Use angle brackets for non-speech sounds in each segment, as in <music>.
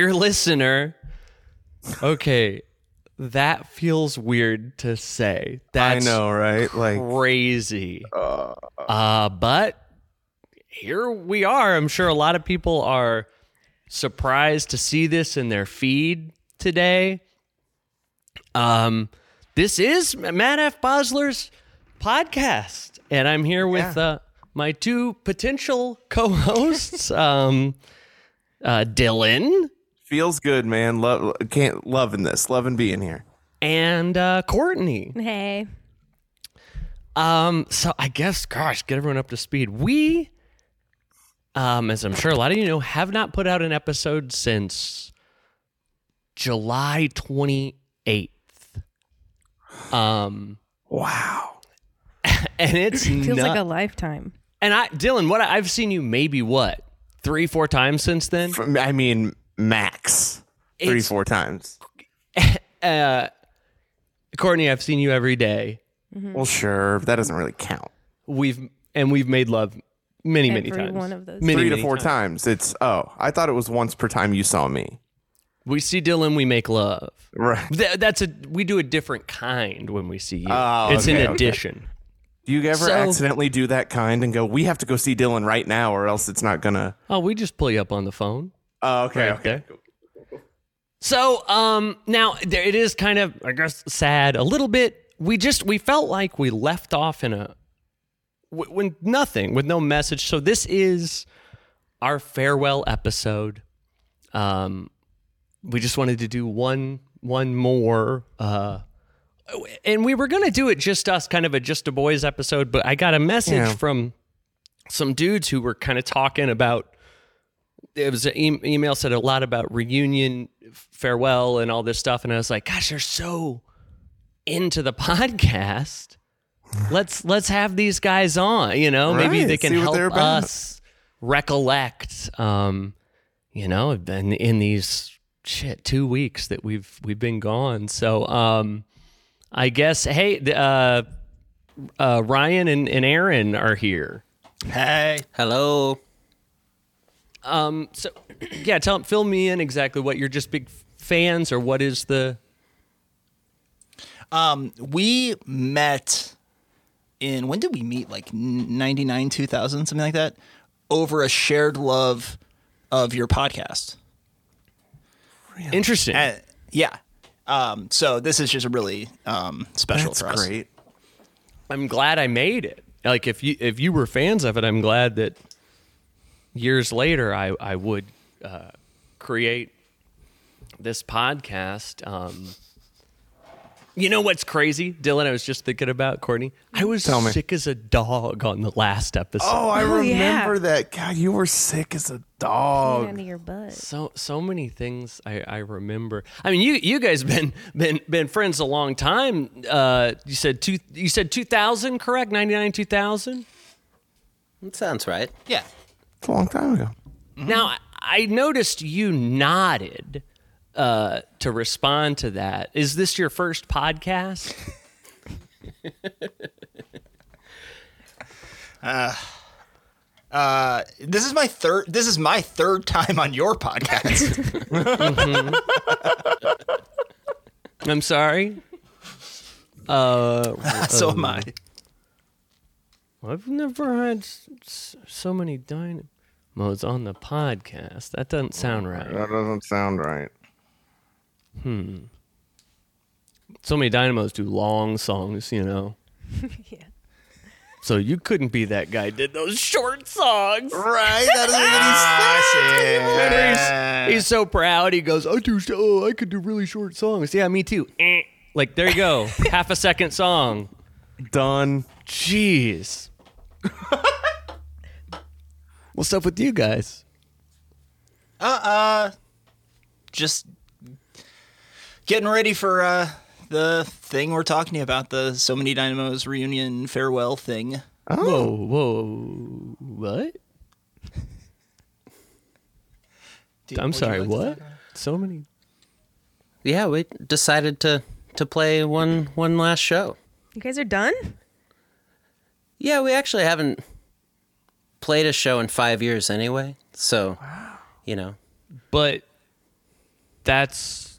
listener. Okay, that feels weird to say. That's I know, right? Like, crazy. uh, Uh, but here we are. I'm sure a lot of people are surprised to see this in their feed today. Um, this is Matt F. Bosler's podcast, and I'm here with uh, my two potential co-hosts, <laughs> um, uh, Dylan feels good, man. Love, can't loving this, loving being here. and uh, Courtney. Hey. Um, so I guess, gosh, get everyone up to speed. We, um, as I'm sure a lot of you know, have not put out an episode since July 28th. Um, Wow. and <laughs> it's Feels not, like a lifetime. and I, Dylan, what I- I've seen you maybe what three, four times since then. From, I mean, max three, It's- four times. Uh, Courtney, I've seen you every day. Well, sure, but that doesn't really count. We've and we've made love many, many Every times. one of those Many, Three to many four times. times. It's oh, I thought it was once per time you saw me. We see Dylan, we make love. Right. Th- that's a we do a different kind when we see you. Oh, it's okay, an okay. addition. <laughs> Do you ever So- accidentally do that kind and go, "We have to go see Dylan right now, or else it's not gonna." Oh, we just pull you up on the phone. Oh, okay, Right there. So, um, now there, it is kind of I guess sad a little bit. We just we felt like we left off in a w- when nothing with no message. So this is our farewell episode. Um, we just wanted to do one one more. Uh, and we were gonna do it just us, kind of a just a boys episode. But I got a message Yeah. from some dudes who were kind of talking about it was an e- email said a lot about reunion farewell and all this stuff and i was like gosh they're so into the <laughs> podcast let's let's have these guys on you know maybe Right, they can see what help they're about. us recollect um you know in, in these shit two weeks that we've we've been gone so um i guess hey the, uh uh ryan and, and aaron are here Hey. Hello. Um, so yeah, tell fill me in exactly what you're just big fans or what is the We met in when did we meet? Like 99 2000 something like that over a shared love of your podcast. interesting. Uh, yeah. Um, so this is just really um, special That's for us. great. I'm glad I made it. Like if you if you were fans of it, I'm glad that years later I I would uh, create this podcast. Um, you know what's crazy, Dylan? I was just thinking about Courtney. I was Tell me. sick as a dog on the last episode. Oh, I Oh, yeah. remember that. God, you were sick as a Hang dog. onto your butt. So so many things I, I remember. I mean, you you guys been been been friends a long time. Uh, you said two you said two thousand, correct? Ninety nine two thousand. That sounds right. Yeah. It's a long time ago. Now I- I noticed you nodded uh, to respond to that. Is this your first <laughs> podcast? This is my third this is my third time on your podcast. <laughs> I'm sorry. Oh. so am I. I've never had s- s- so many dynamos on the podcast. That doesn't sound right. That doesn't sound right. so many dynamos do long songs, you know. Yeah. So you couldn't be that guy. Did those short songs? Right? That <laughs> doesn't even And he's, he's so proud. He goes, "I do. Oh, I could do really short songs. Yeah, me too." Eh. Like there you go, half a second song. Done. <laughs> Jeez. What's up with you guys? Just getting ready for uh, the thing we're talking about, the so many dynamos reunion farewell thing. Whoa, whoa, what? Do- I'm would you sorry, like to what? So many. Yeah, we decided to to play one one last show. You guys are done? Yeah, we actually haven't played a show in five years anyway. So, you know, But that's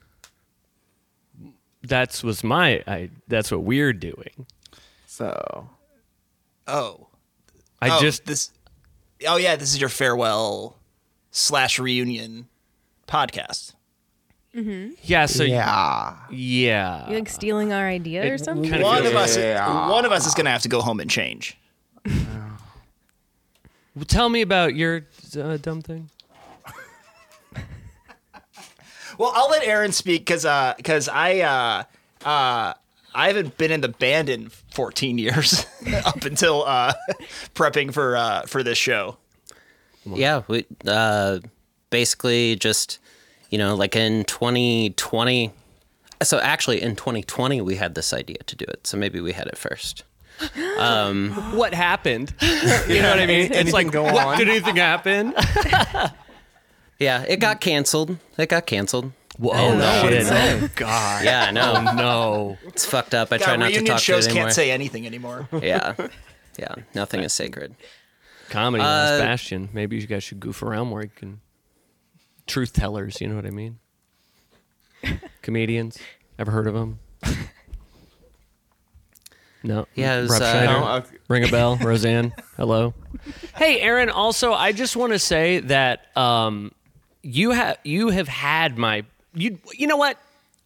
that's was my I that's what we're doing. So Oh, I Oh, just this. Oh yeah, this is your farewell slash reunion podcast. yeah. So yeah, yeah. You like stealing our idea or something? kind One of feels us, Yeah. one of us is gonna have to go home and change. Well, Tell me about your uh, dumb thing. Well, I'll let Aaron speak because because I uh, uh, I haven't been in the band in 14 years <laughs> up until uh, <laughs> prepping for uh, for this show. Yeah, we uh, basically just you know like in 2020. So actually, in 2020, we had this idea to do it. So maybe we had it first. What happened? <laughs> you know what I mean? It's like go what- on? Did anything happen? Yeah, it got canceled. It got canceled. Whoa, oh, no, shit. Oh god. Yeah, <laughs> I know. <laughs> No. It's fucked up. I try God, not to reunion talk shows to it anymore. can't say anything anymore. yeah, yeah. Nothing is sacred. Comedy Last Uh, Bastion. Maybe you guys should goof around more. You can truth tellers, you know what I mean? Comedians. Ever heard of <laughs> them? No. Yeah, it was, Rob uh, Schneider. No, okay. Ring a <laughs> bell, Roseanne. Hello. Hey, Aaron. Also, I just want to say that um, you have you have had my you. You know what?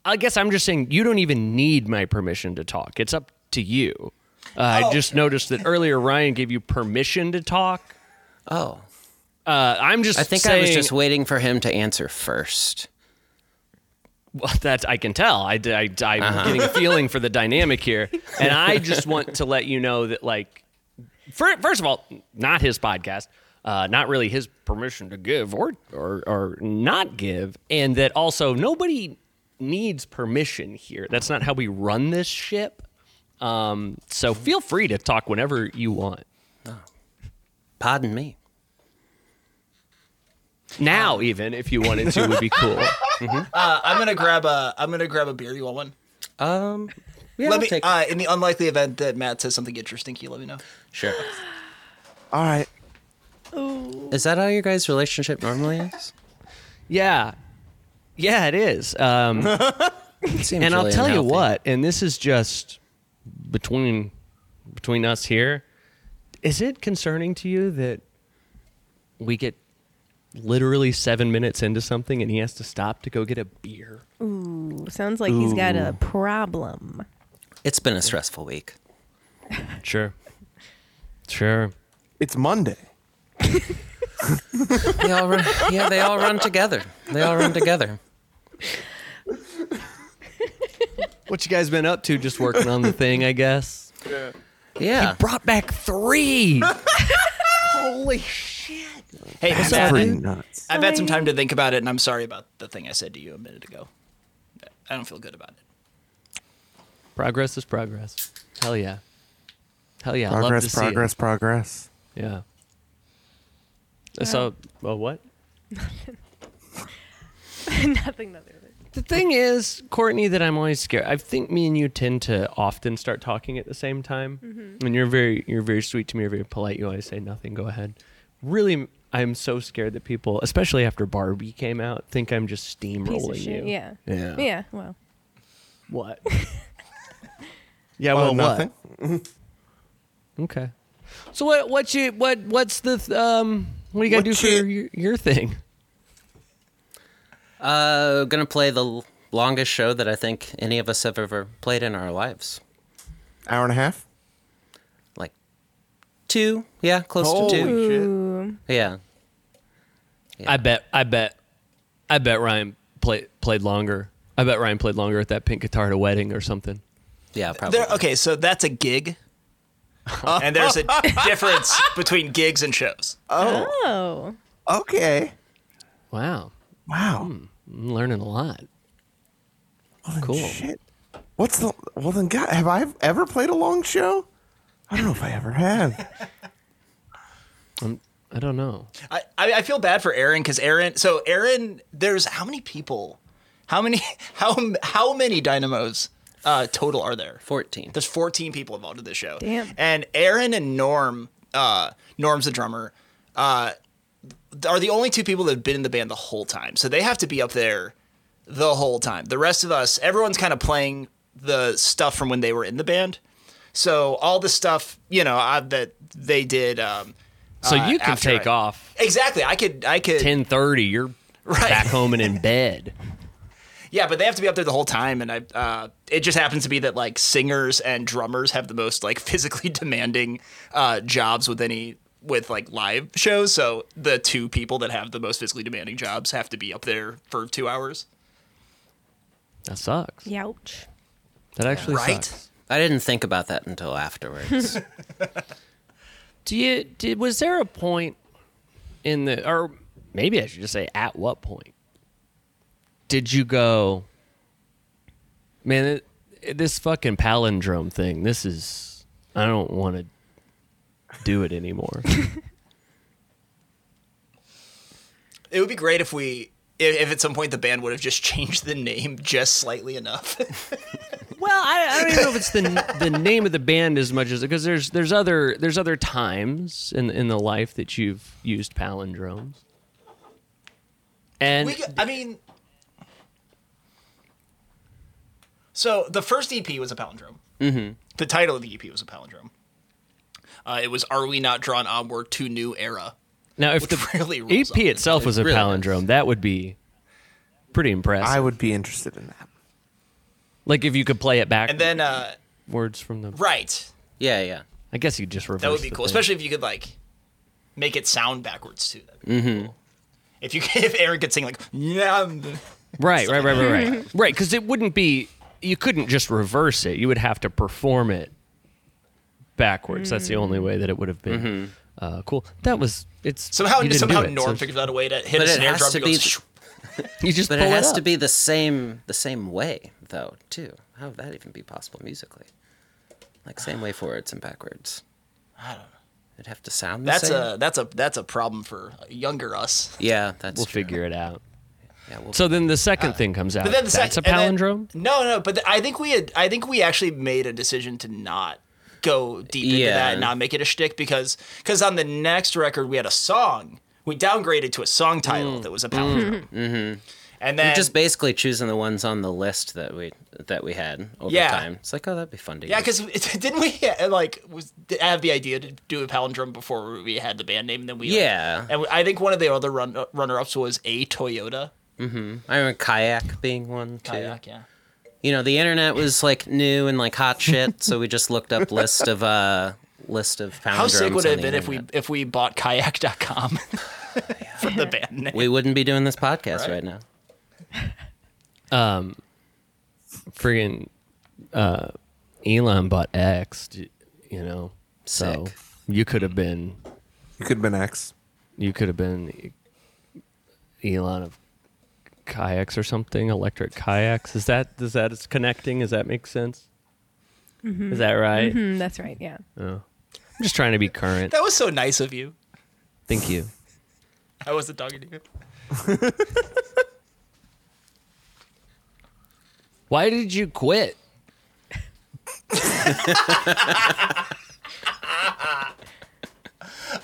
I guess I'm just saying you don't even need my permission to talk. It's up to you. Uh, Oh. I just noticed that earlier Ryan gave you permission to talk. Oh, Uh, I'm just. I think I was just waiting for him to answer first. Well, that's I can tell. I, I, I'm getting a feeling for the dynamic here, and I just want to let you know that, like, fir- first of all, not his podcast, uh, not really his permission to give or, or or not give, and that also nobody needs permission here. That's not how we run this ship. Um, so feel free to talk whenever you want. Pardon me. Now, even if you wanted to, would be cool. Uh, I'm gonna grab a I'm gonna grab a beer. You want one? Um, yeah, let I'll me take- uh, in the unlikely event that Matt says something interesting. Can you let me know? sure. all right. Is that how your guys' relationship normally is? Yeah, yeah, it is. Um, It seems and I'll really tell unhealthy. you what, and this is just between between us here. Is it concerning to you that we get literally seven minutes into something and he has to stop to go get a beer? Ooh, sounds like he's got a problem. <laughs> It's been a stressful week. Sure, sure. It's Monday. They all run, yeah, they all run together. They all run together. What you guys been up to? Just working on the thing, I guess. Yeah. Brought back three. Holy shit! Hey, That's Matt, pretty nuts. I've had some time to think about it, and I'm sorry about the thing I said to you a minute ago. I don't feel good about it. Progress is progress. Hell yeah. Hell yeah. Love to Progress, see it. progress, progress. Yeah. Uh, So, well, what? Nothing other. The thing is, Courtney, that I'm always scared. I think me and you tend to often start talking at the same time, Mm-hmm. and you're very you're very sweet to me. You're very polite. You always say nothing. Go ahead. Really, I'm so scared that people, especially after Barbie came out, think I'm just Piece of steamrolling shit. you. Yeah. Yeah. Yeah. Well. What? yeah. Well, Oh, nothing. what? Okay. So what? What you? What? What's the? th- Um. What do you got to do What for you- your, your thing? Uh, gonna play the l- longest show that I think any of us have ever played in our lives. Hour and a half. Like two, yeah, close to two. Ooh. Yeah, Yeah. I bet. I bet. I bet Ryan played played longer. I bet Ryan played longer at that pink guitar at a wedding or something. yeah, probably. There, okay, so that's a gig, and there's a difference between gigs and shows. Oh. Okay. Wow, Wow. I'm learning a lot. Well, then Cool. Shit. What's the well then? God, have I ever played a long show? I don't know if I ever have. I'm, I don't know. I, I I feel bad for Aaron because Aaron. So Aaron, there's how many people? How many? <laughs> How how many dynamos uh, total are there? Fourteen. There's 14 people involved in this show. Damn. And Aaron and Norm, uh, Norm's the drummer, uh, are the only two people that have been in the band the whole time. So they have to be up there the whole time. The rest of us, everyone's kind of playing the stuff from when they were in the band. So all the stuff, you know, uh, that they did. Um, So uh, you can after take I- off Exactly. I could. I could. 10:30. You're back home and <laughs> in bed. Yeah, but they have to be up there the whole time, and I. Uh, it just happens to be that like singers and drummers have the most like <laughs> physically demanding uh, jobs with any with like live shows. So the two people that have the most physically demanding jobs have to be up there for two hours. That sucks. Youch. That actually Right? sucks. I didn't think about that until afterwards. Do you did was there a point in the or maybe I should just say at what point did you go man it- it- this fucking palindrome thing this is I don't want to do it anymore. It would be great if we. If if at some point the band would have just <laughs> changed the name just slightly enough. Well, I, I don't even know if it's the the name of the band as much as because there's there's other there's other times in in the life that you've used palindromes. And we, g- I mean, so the first EP was a palindrome. Mm-hmm. The title of the EP was a palindrome. Uh, it was "Are We Not Drawn Onward to New Era." now, if the Which really rules EP up. itself was a really palindrome, that would be pretty impressive. I would be interested in that. like if you could play it back And then, uh, words from the. right, yeah, yeah. I guess you could just reverse. that would be the cool, thing. especially if you could like make it sound backwards too. That'd be cool. If you could, <laughs> if Aaron could sing like "Nyam." Right, right, right, right, <laughs> right. right, because it wouldn't be. You couldn't just reverse it. You would have to perform it backwards. That's the Mm. only way that it would have been uh, cool. That was it's somehow you didn't Mm-hmm. somehow do it, Norm so figured out a way to hit But a it snare has drum to and be goes, th- "Shoo." you just But pull it has up. to be the same the same way though too. How would that even be possible musically? Like same way forwards and backwards. I don't know. It'd have to sound the That's same. a that's a that's a problem for younger us. yeah. That's We'll true. figure it out. Yeah, we'll So then the second thing comes out. Uh, But then the That's second, a and then- palindrome. no, no. But the, I think we had. I think we actually made a decision to not go deep into Yeah. that and not make it a shtick because because on the next record we had a song. We downgraded to a song title that was a palindrome. Mm-hmm. And then We're just basically choosing the ones on the list that we that we had over Yeah. time. It's like, oh, that'd be fun to yeah, use. because <laughs> didn't we uh, like was, have the idea to do a palindrome before we had the band name? And then we like- Yeah. and I think one of the other run, runner ups was a Toyota I remember kayak being one too. kayak. Yeah. You know, the internet was like new and like hot shit, so we just looked up list of uh list of palindromes. How sick would it on have the been if we internet. if we bought kayak.com <laughs> for the band name? we wouldn't be doing this podcast right, Right. now? Friggin' uh, Elon bought X. d- You know, so Sick. you could have been. You could have been X. You could have been Elon of kayaks or something. Electric kayaks. Is that does that is connecting? Does that make sense? Is that right? Mm, that's right. Yeah. I'm just trying to be current. That was so nice of you. Thank you. I wasn't talking to you. Why did you quit?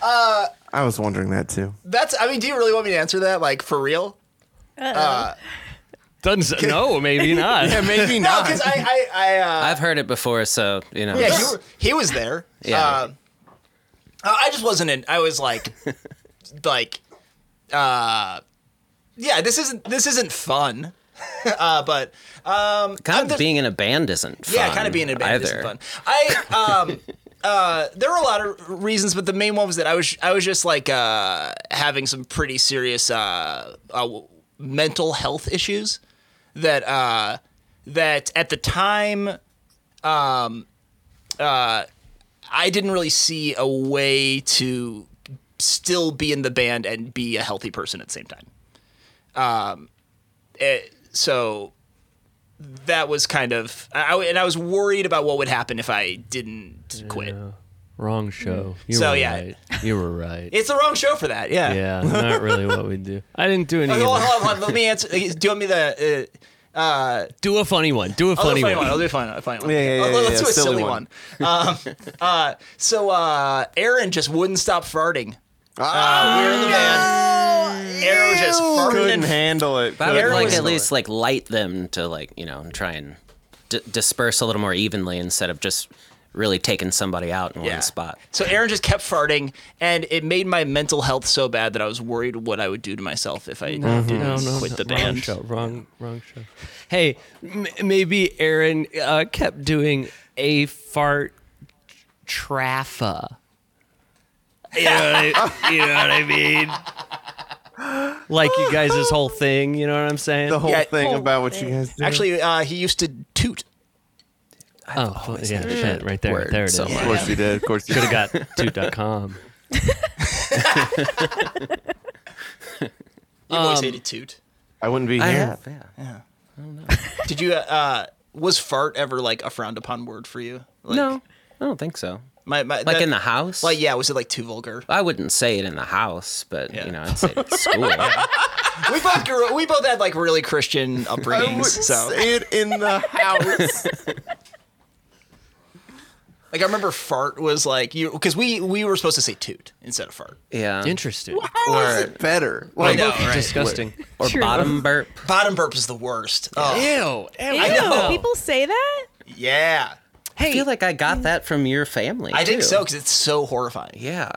I was wondering that too. That's. I mean, do you really want me to answer that? Like for real? Doesn't <laughs> no, maybe not. Maybe No, because I, <laughs> I, I uh, I've heard it before, so you know. yeah, you were, he was there. Yeah. Uh, I I just wasn't in. I was like, <laughs> like, uh, yeah. This isn't. This isn't fun. <laughs> uh, but kind of being in a band isn't fun. yeah, kind of being in a band either. isn't fun. I um <laughs> uh there were a lot of reasons, but the main one was that I was I was just like uh having some pretty serious uh, uh mental health issues that uh that at the time um uh I didn't really see a way to still be in the band and be a healthy person at the same time. Um it, so that was kind of I, I- and I was worried about what would happen if I didn't quit. Wrong show. You Mm-hmm. So, were yeah. right. You were right. It's the wrong show for that. Yeah. yeah, not really what we do. I didn't <laughs> do any. Okay, of hold, on, that. hold on, hold on. Let me answer. Do you want me the? Uh, Do a funny one. Do a I'll do funny, a oh, funny one. one. I'll do a funny one. A funny one. Yeah, yeah, Oh, yeah, Let's yeah, do a silly, silly one. one. um, uh, so uh, Aaron just wouldn't stop farting. Ah, We were in the band. arrow just farted couldn't and handle it. But I would Arrow like is at least like light them to like you know try and d- disperse a little more evenly instead of just really taking somebody out in one spot. So Aaron just kept farting, and it made my mental health so bad that I was worried what I would do to myself if I didn't quit the Wrong band. show. Wrong, wrong show. Hey, m- maybe Aaron uh, kept doing a fart traffa. You know, what I- you know what I mean? Like you guys, this whole thing. You know what I'm saying? The whole Yeah, thing whole about what you thing. guys did. Actually, uh, he used to toot. oh, well, yeah, shit, right there. word There it is. so of much. course you did. Of course you Should did. have got toot.com. You always hated toot. I wouldn't be I here. have, yeah. Did you? Uh, uh, was fart ever like a frowned upon word for you? Like, no, I don't think so. my, my, Like that- in the house, like yeah, was it like too vulgar? I wouldn't say it in the house, but Yeah. you know I'd say <laughs> it at school. we both grew, we both had like really Christian upbringings, so say it in the house. like I remember fart was like you because we we were supposed to say toot instead of fart. yeah, Interesting. How is it better? Like, know, right? Disgusting. or True. bottom burp. Bottom burp is the worst. Oh, yeah. Ew. Ew, know. people say that? I feel like I got that from your family. I think too. so because it's so horrifying. Yeah,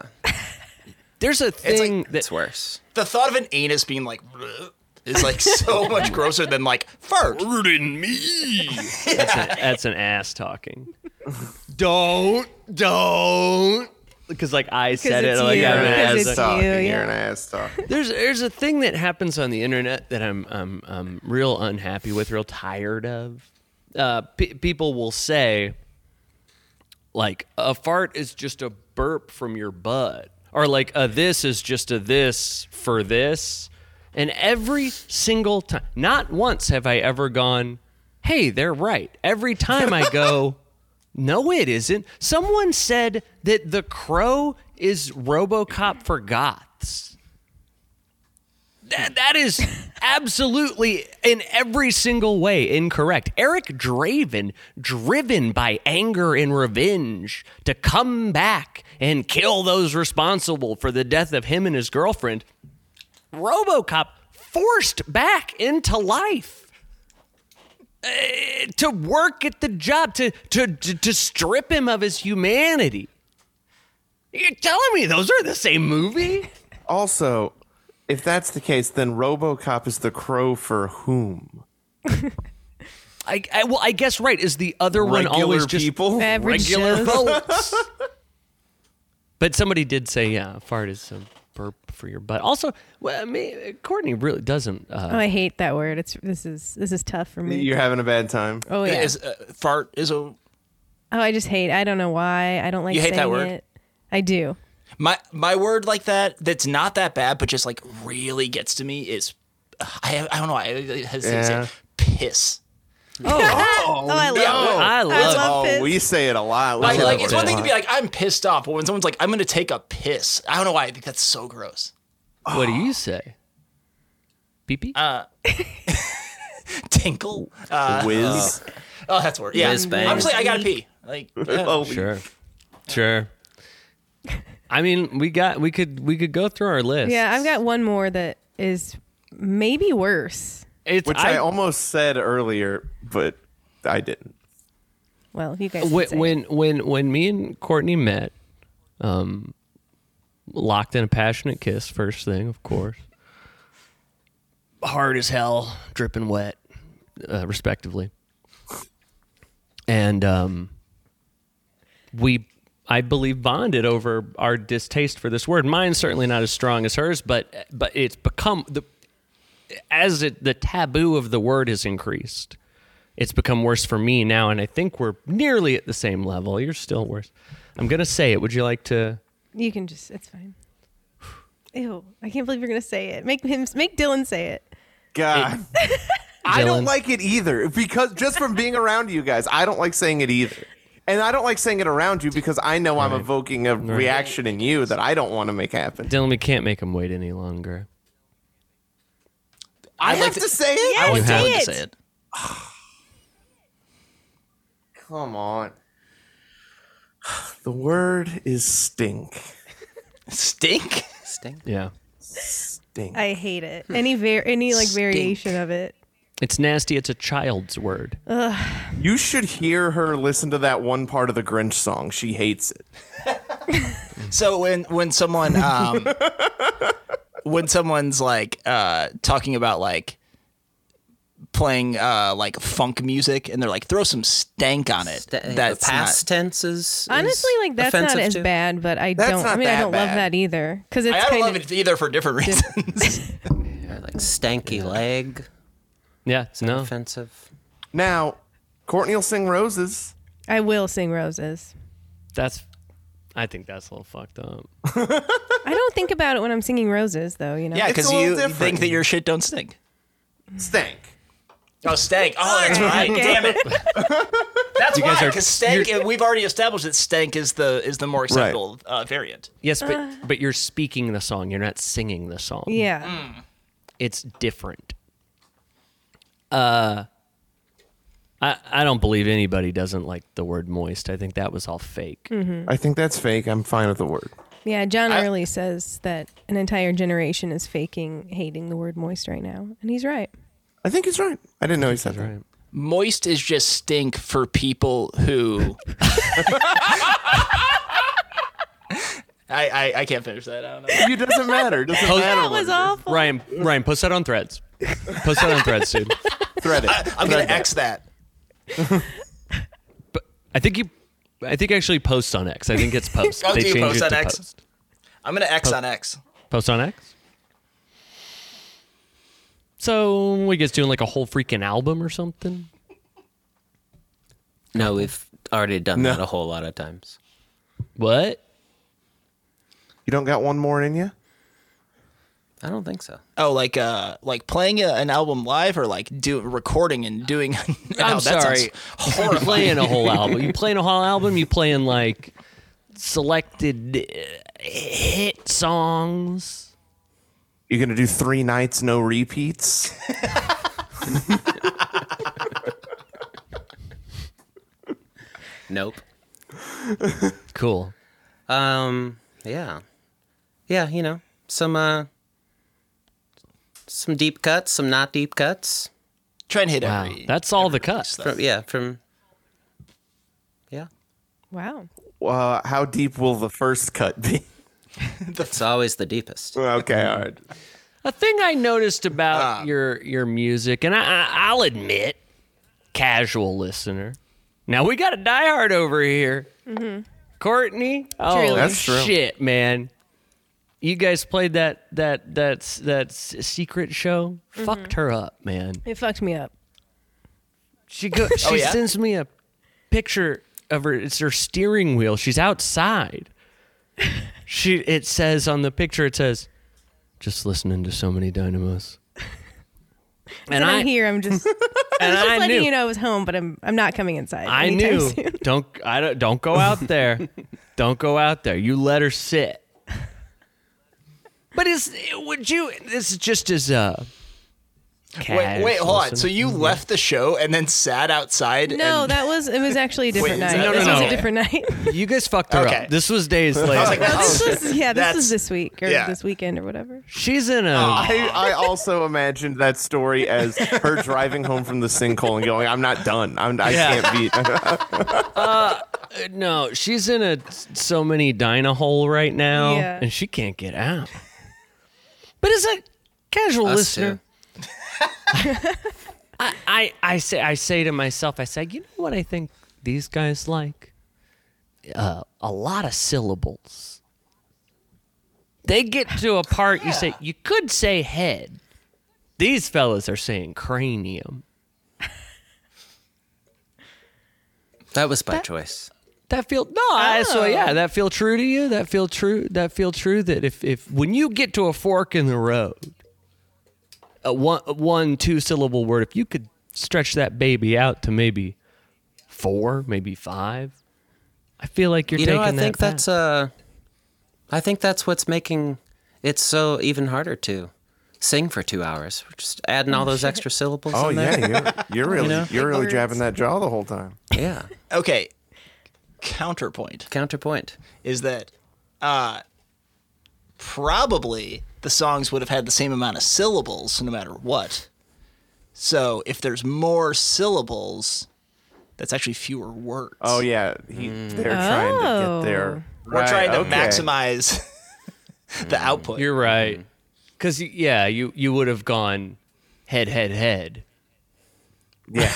There's a thing it's that worse. the thought of an anus being like <laughs> "Bleh," is like so much grosser than like fart. that's, an, that's an ass talking. don't, don't, because like I said it, it's like you. I'm an Because ass it's talking. talking you, here yeah. and ass talking. <laughs> There's there's a thing that happens on the internet that I'm I'm I'm real unhappy with, real tired of. Uh, pe people will say, like a fart is just a burp from your butt, or like a this is just a this for this, and every single time, not once have I ever gone, hey, they're right. Every time I go. No, it isn't. Someone said that The Crow is Robocop for goths. That, that is absolutely in every single way incorrect. Eric Draven, driven by anger and revenge to come back and kill those responsible for the death of him and his girlfriend, Robocop forced back into life eh, to work at the job to, to to to strip him of his humanity. You're telling me those are the same movie? Also, if that's the case, then RoboCop is the crow for whom? I, I well, I guess right is the other one Regular always just people. Average regular <laughs> shows. folks. but somebody did say, yeah, fart is a burp for your butt. Also, well, I mean, Courtney really doesn't. Uh, Oh, I hate that word. It's this is this is tough for me. You're having a bad time. Oh yeah. Is uh, fart is a oh, I just hate. I don't know why. I don't like You hate that saying word? it. I do. my my word like that that's not that bad but just like really gets to me is I I don't know I I hesitate to say Yeah. it. piss. <laughs> Oh, I love. I I love. love Oh, piss. we say it a lot. We Like, say like that it's word one a thing to lot. be like I'm pissed off, but when someone's like I'm going to take a piss, I don't know why I think that's so gross. What do you say? Pee pee. Tinkle. Uh, Whiz. oh, that's worse. Yeah, Whiz bang. I'm just like I gotta pee. Like yeah. <laughs> Oh, we- sure, sure. I mean, we got we could we could go through our list. Yeah, I've got one more that is maybe worse. it's Which I almost said earlier, but I didn't. Well, you guys. can when say it. when when, when me and Courtney met, um, locked in a passionate kiss. First thing, of course, hard as hell, dripping wet, uh, respectively. And um, we, I believe, bonded over our distaste for this word. Mine's certainly not as strong as hers, but but it's become the as it the taboo of the word has increased it's become worse for me now, and I think we're nearly at the same level. You're still worse. I'm gonna say it. Would you like to? you can just. It's fine. <sighs> Ew! I can't believe you're gonna say it. Make him. Make Dylan say it. God. <laughs> I don't Dylan? like it either because just from being around you guys, I don't like saying it either. And I don't like saying it around you because I know I'm evoking a reaction in you that I don't want to make happen. Dylan, we can't make him wait any longer. I I'd have like to, say it. Yeah, I would say I would it. say it. Come on. <sighs> The word is stink. Stink. Stink. Yeah. Ding. I hate it. <sighs> Any var- any like variation of it. It's nasty. It's a child's word. You should hear her listen to that one part of the Grinch song. She hates it. So when when someone um, when someone's like uh, talking about like playing uh, like funk music and they're like throw some stank on it. Th- that's the past past. tenses. Honestly, like that's not as bad, but I That's don't. I not mean, I that don't love bad. that either because it's I don't kind love of it either for different reasons. Like stanky leg, Yeah, Oh. no. offensive. Now, Courtney will sing roses. I will sing roses. That's. I think that's a little fucked up. I don't think about it when I'm singing roses, though. You know. <laughs> yeah, It's because a little you different. think that your shit don't stink. Stank. Oh, stank. Oh, that's right. Damn <laughs> it. That's why, because stank. We've already established that stank is the is the more acceptable uh, variant. Yes, but <sighs> but you're speaking the song. You're not singing the song. Yeah. it's different. Uh, I I don't believe anybody doesn't like the word moist. I think that was all fake. Hmm. I think that's fake. I'm fine with the word. Yeah, John Early says that an entire generation is faking hating the word moist right now, and he's right. I think he's right. I didn't know he said that. Moist is just stink for people <laughs> who. I, I I can't finish that. I don't know. It <laughs> doesn't matter. It doesn't matter. what That was it is. awful. Ryan, Ryan, post that on Threads. Post that on Threads, dude. Thread it. I'm gonna X that. But I think you, I think actually post on X. I think it's post. Oh, they do you changed post it on to X? Post. I'm gonna X on X. Post on X. So we guys doing like a whole freaking album or something? No, we've already done that a whole lot of times. What? You don't got one more in you? I don't think so. Oh, like uh, like playing a, an album live or like do recording and doing. <laughs> I'm Oh, that sounds sorry. <laughs> Horrifying. playing a whole album. You playing a whole album. You playing like selected uh, hit songs. You're gonna do three nights, no <laughs> repeats. Nope. Cool. Um. Yeah. Yeah. You know, some uh, some deep cuts, some not deep cuts. Try and hit Wow, every. that's all the cuts. From, yeah. From. Yeah. Wow. Uh, how deep will the first cut be? <laughs> It's always the deepest. okay, all right. A thing I noticed about your your music, and I, I, I'll admit, casual listener. Now we got a diehard over here, Courtney. Oh Truly. That's true. shit, man! You guys played that that that's that s- secret show. Fucked her up, man. It fucked me up. She <laughs> go, she yeah? sends me a picture of her. It's her steering wheel. She's outside. She it says on the picture. It says, "Just listening to so many <laughs> dynamos." And And I I'm here. I'm just, and just I letting knew you know I was home, but I'm I'm not coming inside. I anytime knew soon. <laughs> <laughs> don't I don't don't go out <laughs> there, don't go out there. You let her sit. But is would you? This is just as uh. Wait, wait, hold on. So Mm-hmm. you left the show and then sat outside? No, and, that was it. Was actually a different is night. that- No, no, this was no. a different night. <laughs> you guys fucked her Okay. up. This was <laughs> days later. like, oh, this shit. was yeah. This That's- was this week or yeah. this weekend or whatever. She's in a I, I also imagined that story as her driving home from the sinkhole and going, "I'm not done. I'm, I Yeah. can't be." No, she's in a so many dino hole right now, Yeah. and she can't get out. But as a casual Us listener, <laughs> I, I I say I say to myself, I say, you know what I think these guys like? Uh, a lot of syllables. They get to a part you say you could say head. These fellas are saying cranium. That was by choice. That feel no, I, so yeah, that feel true to you. That feel true. That feel true. That if if when you get to a fork in the road, a one one two syllable word, if you could stretch that baby out to maybe four, maybe five, I feel like you're You taking know, I that think back. that's uh, I think that's what's making it so even harder to sing for two hours. We're just adding all those extra syllables. Oh in there. yeah, you're, you're really you're really Words. jabbing that jaw the whole time. yeah. Okay. Counterpoint Counterpoint. is that uh probably the songs would have had the same amount of syllables no matter what. So if there's more syllables, that's actually fewer words. Oh yeah, he, they're trying to Oh. get there. We're trying to okay. Mm. maximize <laughs> the output. You're right. Because yeah, you you would have gone head head head. Yeah.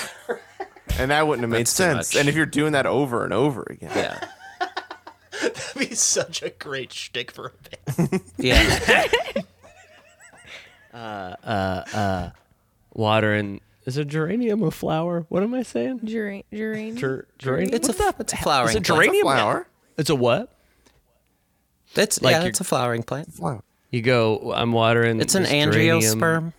And that wouldn't have made That's too sense. much. And if you're doing that over and over again, Yeah. <laughs> That'd be such a great shtick for a band. Yeah. Water and is a geranium a flower? What am I saying? Gera- geranium. Ger- geranium. It's a it's a flowering. It's a plant. geranium. flower. It's a what? It's Like yeah, your- it's a flowering plant. Wow. You go. I'm watering. It's an this geranium." angiosperm.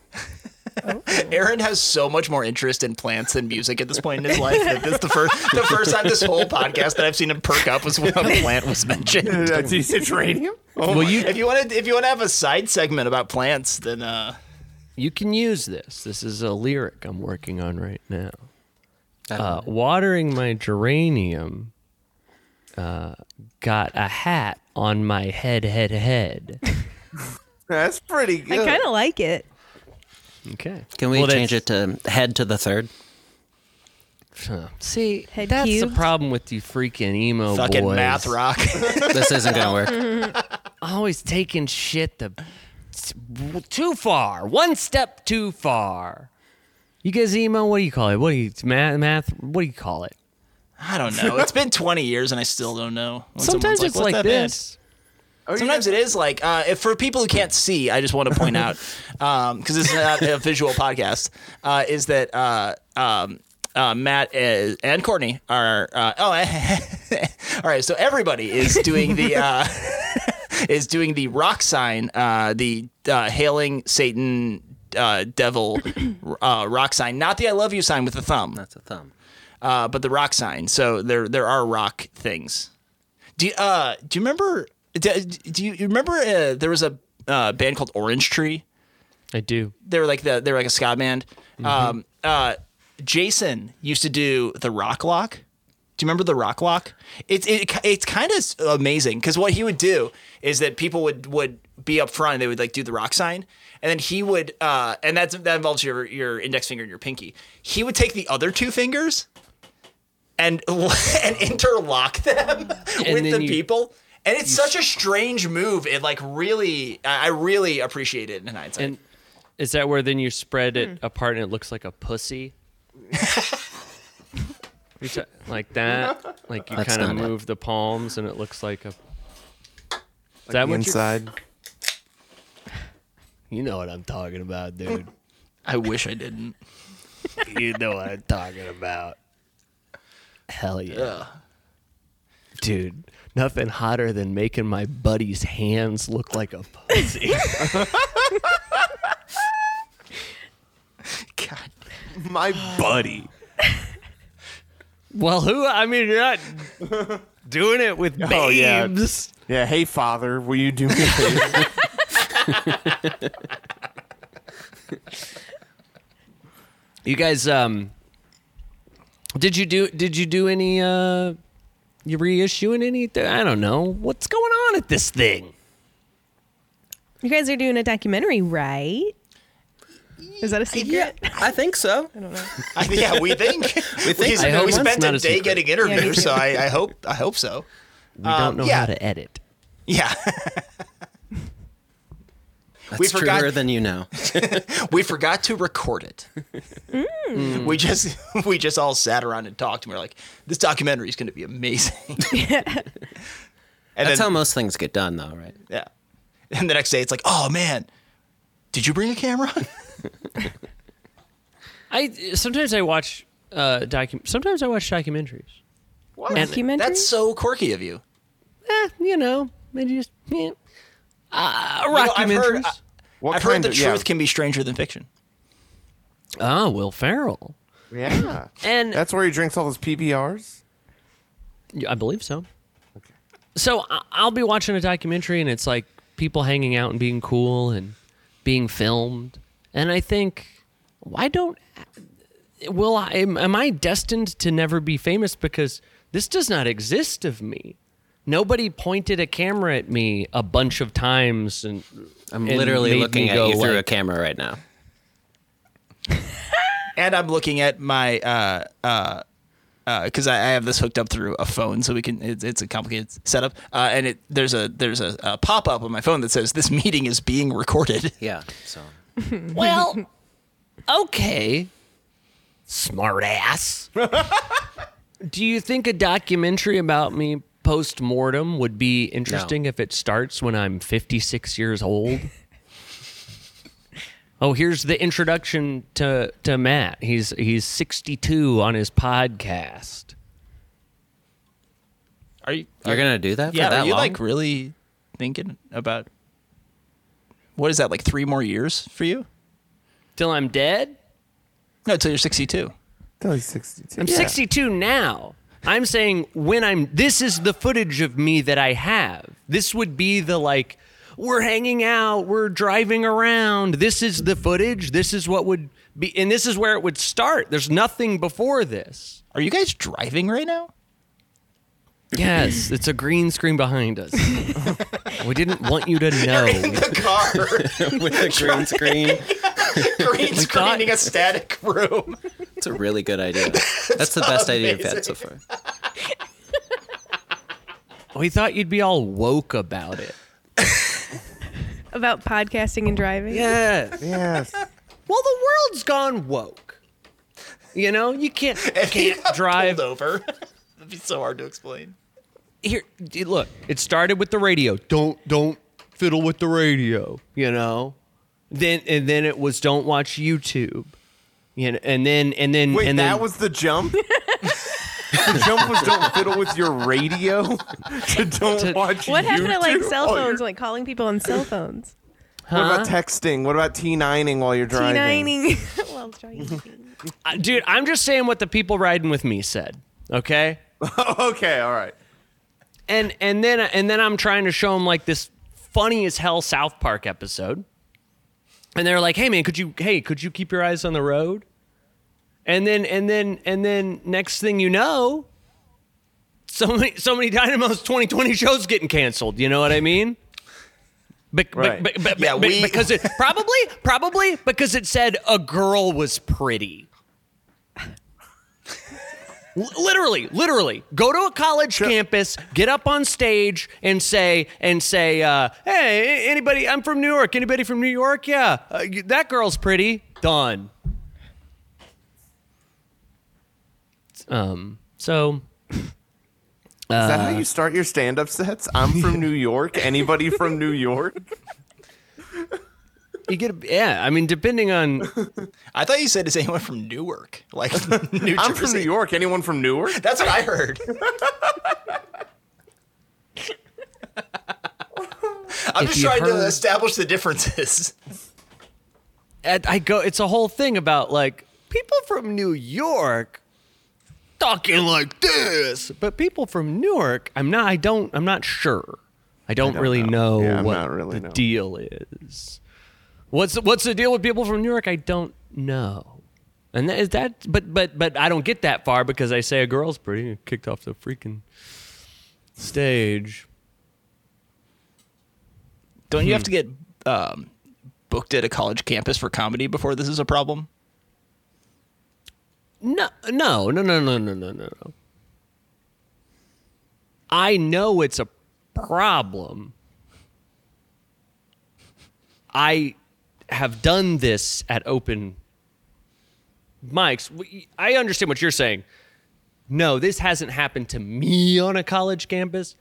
Aaron has so much more interest in plants than music at this point in his life. That this the first the first time this whole podcast that I've seen him perk up was when a plant was mentioned. <laughs> That's you said geranium? well, you If you want to, if you want to have a side segment about plants, then uh, you can use this. This is a lyric I'm working on right now. I don't Uh, watering my geranium. Uh, got a hat on my head, head, <laughs> head. That's pretty good. I kind of like it. Okay. Can we Well, that's- change it to head to the third? Huh. See, Head that's the cubed. problem with you freaking emo fucking Oh, boys. math rock. This isn't gonna <laughs> work. Always taking shit the it's too far, one step too far. You guys emo? What do you call it? What do you math? math what do you call it? I don't know. It's been 20 years and I still don't know. When someone's Sometimes it's "What's like, that band?" this. Oh, you Sometimes it is like uh, if for people who can't see, I just want to point out because this is not a visual podcast, uh, is that uh, um, uh, Matt is, and Courtney are uh, oh <laughs> all right, so everybody is doing the uh, <laughs> is doing the rock sign, uh, the uh, hailing Satan. Uh, devil <clears throat> uh, rock sign, not the I love you sign with the thumb That's a thumb. uh, but the rock sign. So there there are rock things. Do you, uh do you remember? Do, do you you remember uh, there was a uh, band called Orange Tree? I do. They were like the they were like a ska band. Mm-hmm. Um, uh, Jason used to do the rock lock. Do you remember the rock lock? It's it, it's kind of amazing because what he would do is that people would would be up front and they would like do the rock sign and then he would uh, and that's that involves your your index finger and your pinky. He would take the other two fingers and <laughs> and interlock them <laughs> with then the you- people. And it's such a strange move. It like really, I I really appreciate it in hindsight. And is that where then you spread it apart and it looks like a pussy? You t- like that? Like you That's kind of not it. move the palms and it looks like a. Is the that what you inside. You know what I'm talking about, dude. I wish I didn't. you know what I'm talking about. Hell yeah. Uh, Dude, nothing hotter than making my buddy's hands look like a pussy. God. My buddy. well, who? I mean, you're not <laughs> doing it with babes. Oh, yeah. Yeah. Hey, father, will you do me a favor? You guys, um, did you do? Did you do any? uh You reissuing any? I don't know. What's going on at this thing? You guys are doing a documentary, right? Is that a secret? I think so. I, yeah, we think. we think. I We, hope it's spent not a a day secret. getting Yeah, me interviewed, too. so I, I hope I hope so. We don't know Um, yeah. how to edit. Yeah. That's We truer forgot- than you know. <laughs> we forgot to record it. Mm. We just <laughs> we just all sat around and talked and we are like, this documentary is gonna be amazing. <laughs> and That's then, how most things get done, though, right? yeah. And the next day it's like, oh man, did you bring a camera? <laughs> I sometimes I watch uh docu- sometimes I watch documentaries. What? Documentary? That's so quirky of you. Eh, you know, maybe just yeah. Uh, You know, I've heard- documentaries. What I've heard kind the of- truth can be stranger than fiction. oh, Will Ferrell, Yeah. yeah. and That's where he drinks all those PBRs. Yeah, I believe so. So I- I'll be watching a documentary, and it's like people hanging out and being cool and being filmed, and I think, why don't? Will I? Am, am I destined to never be famous because this does not exist of me? Nobody pointed a camera at me a bunch of times, and I'm and literally made me looking at go you through a like- camera right now. and I'm looking at my uh uh because I, I have this hooked up through a phone, so we can. It, it's a complicated setup, uh, and it there's a there's a, a pop up on my phone that says this meeting is being <laughs> recorded. Yeah. So Well, okay. Smart ass. <laughs> Do you think a documentary about me post mortem would be interesting if it starts when I'm 56 years old? <laughs> oh, here's the introduction to, to Matt. He's he's 62 on his podcast. Are you? you're gonna do that yeah, for that are you long? like really thinking about what is that like three more years for you? Till I'm dead? No, until you're 62. Till he's 62. I'm 62 now. I'm saying when I'm this is the footage of me that I have. This would be the like we're hanging out, we're driving around. This is the footage. This is what would be and this is where it would start. There's nothing before this. Are you guys driving right now? Yes, it's a green screen behind us. <laughs> we didn't want you to know. <laughs> <laughs> The with <laughs> a green screen. car green screening a static room. <laughs> It's a really good idea. <laughs> That's the best idea we've had so far. We thought you'd be all woke about it. About podcasting and driving. Yes. Yes. Well, the world's gone woke. You know, you <laughs> can't can't drive Pulled over. <laughs> That'd be so hard to explain. here d- look it started with the radio don't don't fiddle with the radio you know then and then it was don't watch youtube you know, and then and then <laughs> Wait, and then that was the jump? the jump was don't fiddle with your radio <laughs> to don't watch What happened to like YouTube? cell Oh, you're- phones? Like calling people on cell phones. What about texting? What about T9ing while you're driving? <laughs> T-nining <laughs> while driving. Uh, dude i'm just saying what the people riding with me said okay Oh, okay, all right. and and then and then i'm trying to show them like this funny as hell south park episode and they're like hey man could you hey could you keep your eyes on the road and then and then and then next thing you know so many so many dynamo's 2020 shows getting canceled you know what i mean Bec- bec- Right. bec- bec- Yeah, bec- we- because it probably probably because it said a girl was pretty L- literally literally go to a college campus get up on stage and say and say uh, hey a- anybody i'm from new york anybody from new york yeah uh, y- that girl's pretty done um so Is that how you start your stand up sets? I'm from New York. Anybody from New York? you get a, yeah i mean depending on I thought you said, is anyone from Newark? Like, New I'm Jersey. from New York. Anyone from Newark? That's what I heard. I'm If just you trying to heard- establish the differences. and I go. It's a whole thing about like people from New York talking like this, but people from Newark, I'm not. I don't. I'm not sure. I don't, really know, Yeah, I'm what not really the know. deal is. What's the, what's the deal with people from New York? I don't know. And that is that, but but but I don't get that far because I say a girl's pretty and kicked off the freaking stage. <laughs> Don't you have to get um, booked at a college campus for comedy before this is a problem? No, no, no, no, no, no, no, no, no. I know it's a problem. I have done this at open mics. We- I understand what you're saying. No, this hasn't happened to me on a college campus.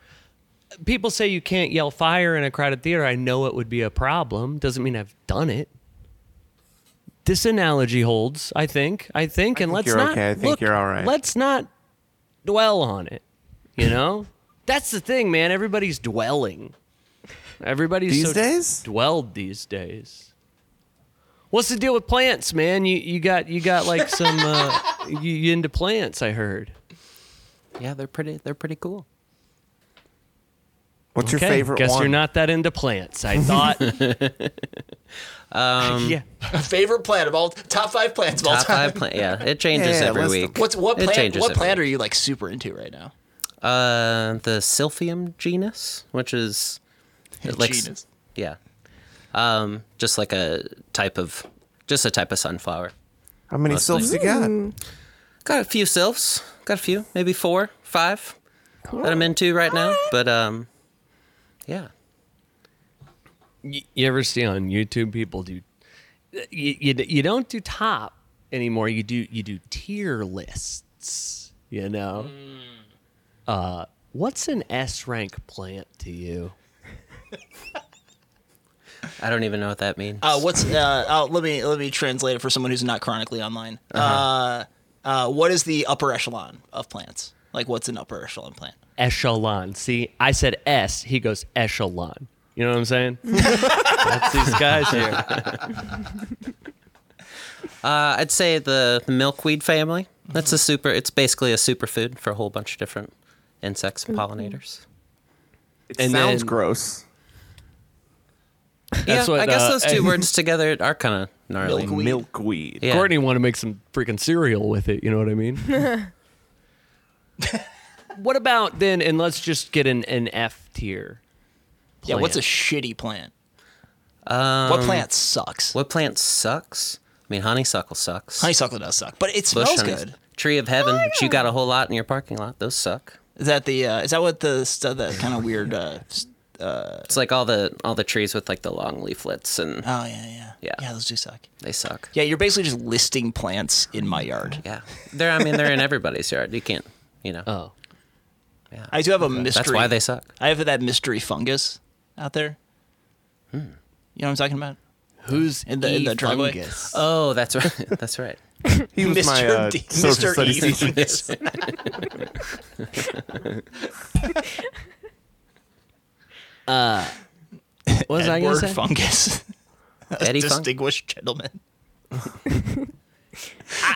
People say you can't yell fire in a crowded theater. I know it would be a problem. Doesn't mean I've done it. This analogy holds, I think. I think, and let's you're not okay. I think look- you're all right. Let's not dwell on it. You know, that's the thing, man. Everybody's dwelling. Everybody's These so days? dwelled these days. What's the deal with plants, man? You you got you got like some <laughs> uh, you, you into plants? I heard. Yeah, they're pretty. They're pretty cool. What's Okay, your favorite guess one? you're not that into plants. I <laughs> thought. <laughs> Um, yeah. Favorite plant of all top five plants of all Top time. five plant. Yeah, it changes Yeah, every list 'em. week. What's what It plant? changes What every plant are week. you like super into right now? uh, the Silphium genus, which is like s- Genus. yeah, um, just like a type of just a type of sunflower. How many sylphs you got? Got a few sylphs. Got a few, maybe four, five that I'm into right now. But um, yeah, you, you ever see on YouTube people do you, you, you don't do top anymore. You do you do tier lists. You know, uh, Mm. what's an S rank plant to you? I don't even know what that means. Uh, what's uh, oh, let me let me translate it for someone who's not chronically online. uh Uh-huh. Uh, what is the upper echelon of plants? Like, what's an upper echelon plant? Echelon. See, I said S. He goes echelon. You know what I'm <laughs> saying? That's these guys here. Uh, I'd say the, the milkweed family. Mm-hmm. That's a super. It's basically a superfood for a whole bunch of different insects and pollinators. It And sounds then- gross. yeah, That's what, I guess uh, those <laughs> two words together are kind of gnarly. Milkweed. Milkweed. Yeah. Courtney want to make some freaking cereal with it. You know what I <laughs> mean? what about then? And let's just get an, an F tier. Yeah, what's a plant. shitty plant? Um, what plant sucks? What plant sucks? I mean, honeysuckle sucks. Honeysuckle does suck, but it smells honeys- good. Tree of heaven, which you got a whole lot in your parking lot. Those suck. Is that the? Uh, is that what the st- the kind of weird? Uh, s- It's like all the all the trees with like the long leaflets, and oh yeah, yeah, Yeah. yeah. Those do suck. they suck. Yeah, you're basically just listing plants in my yard. Yeah, they're. I mean, they're in everybody's yard. You can't. You know. Oh, I do have a mystery. That's why they suck. I have that mystery fungus out there. Hmm. You know what I'm talking about? who's In the- in the E driveway? fungus? Oh, that's right. <laughs> that's right. He was my Mr. uh, D- social Mr. studies E. teacher. what was I gonna Edward say? <laughs> fungus. A Eddie Funk? distinguished gentleman. no, I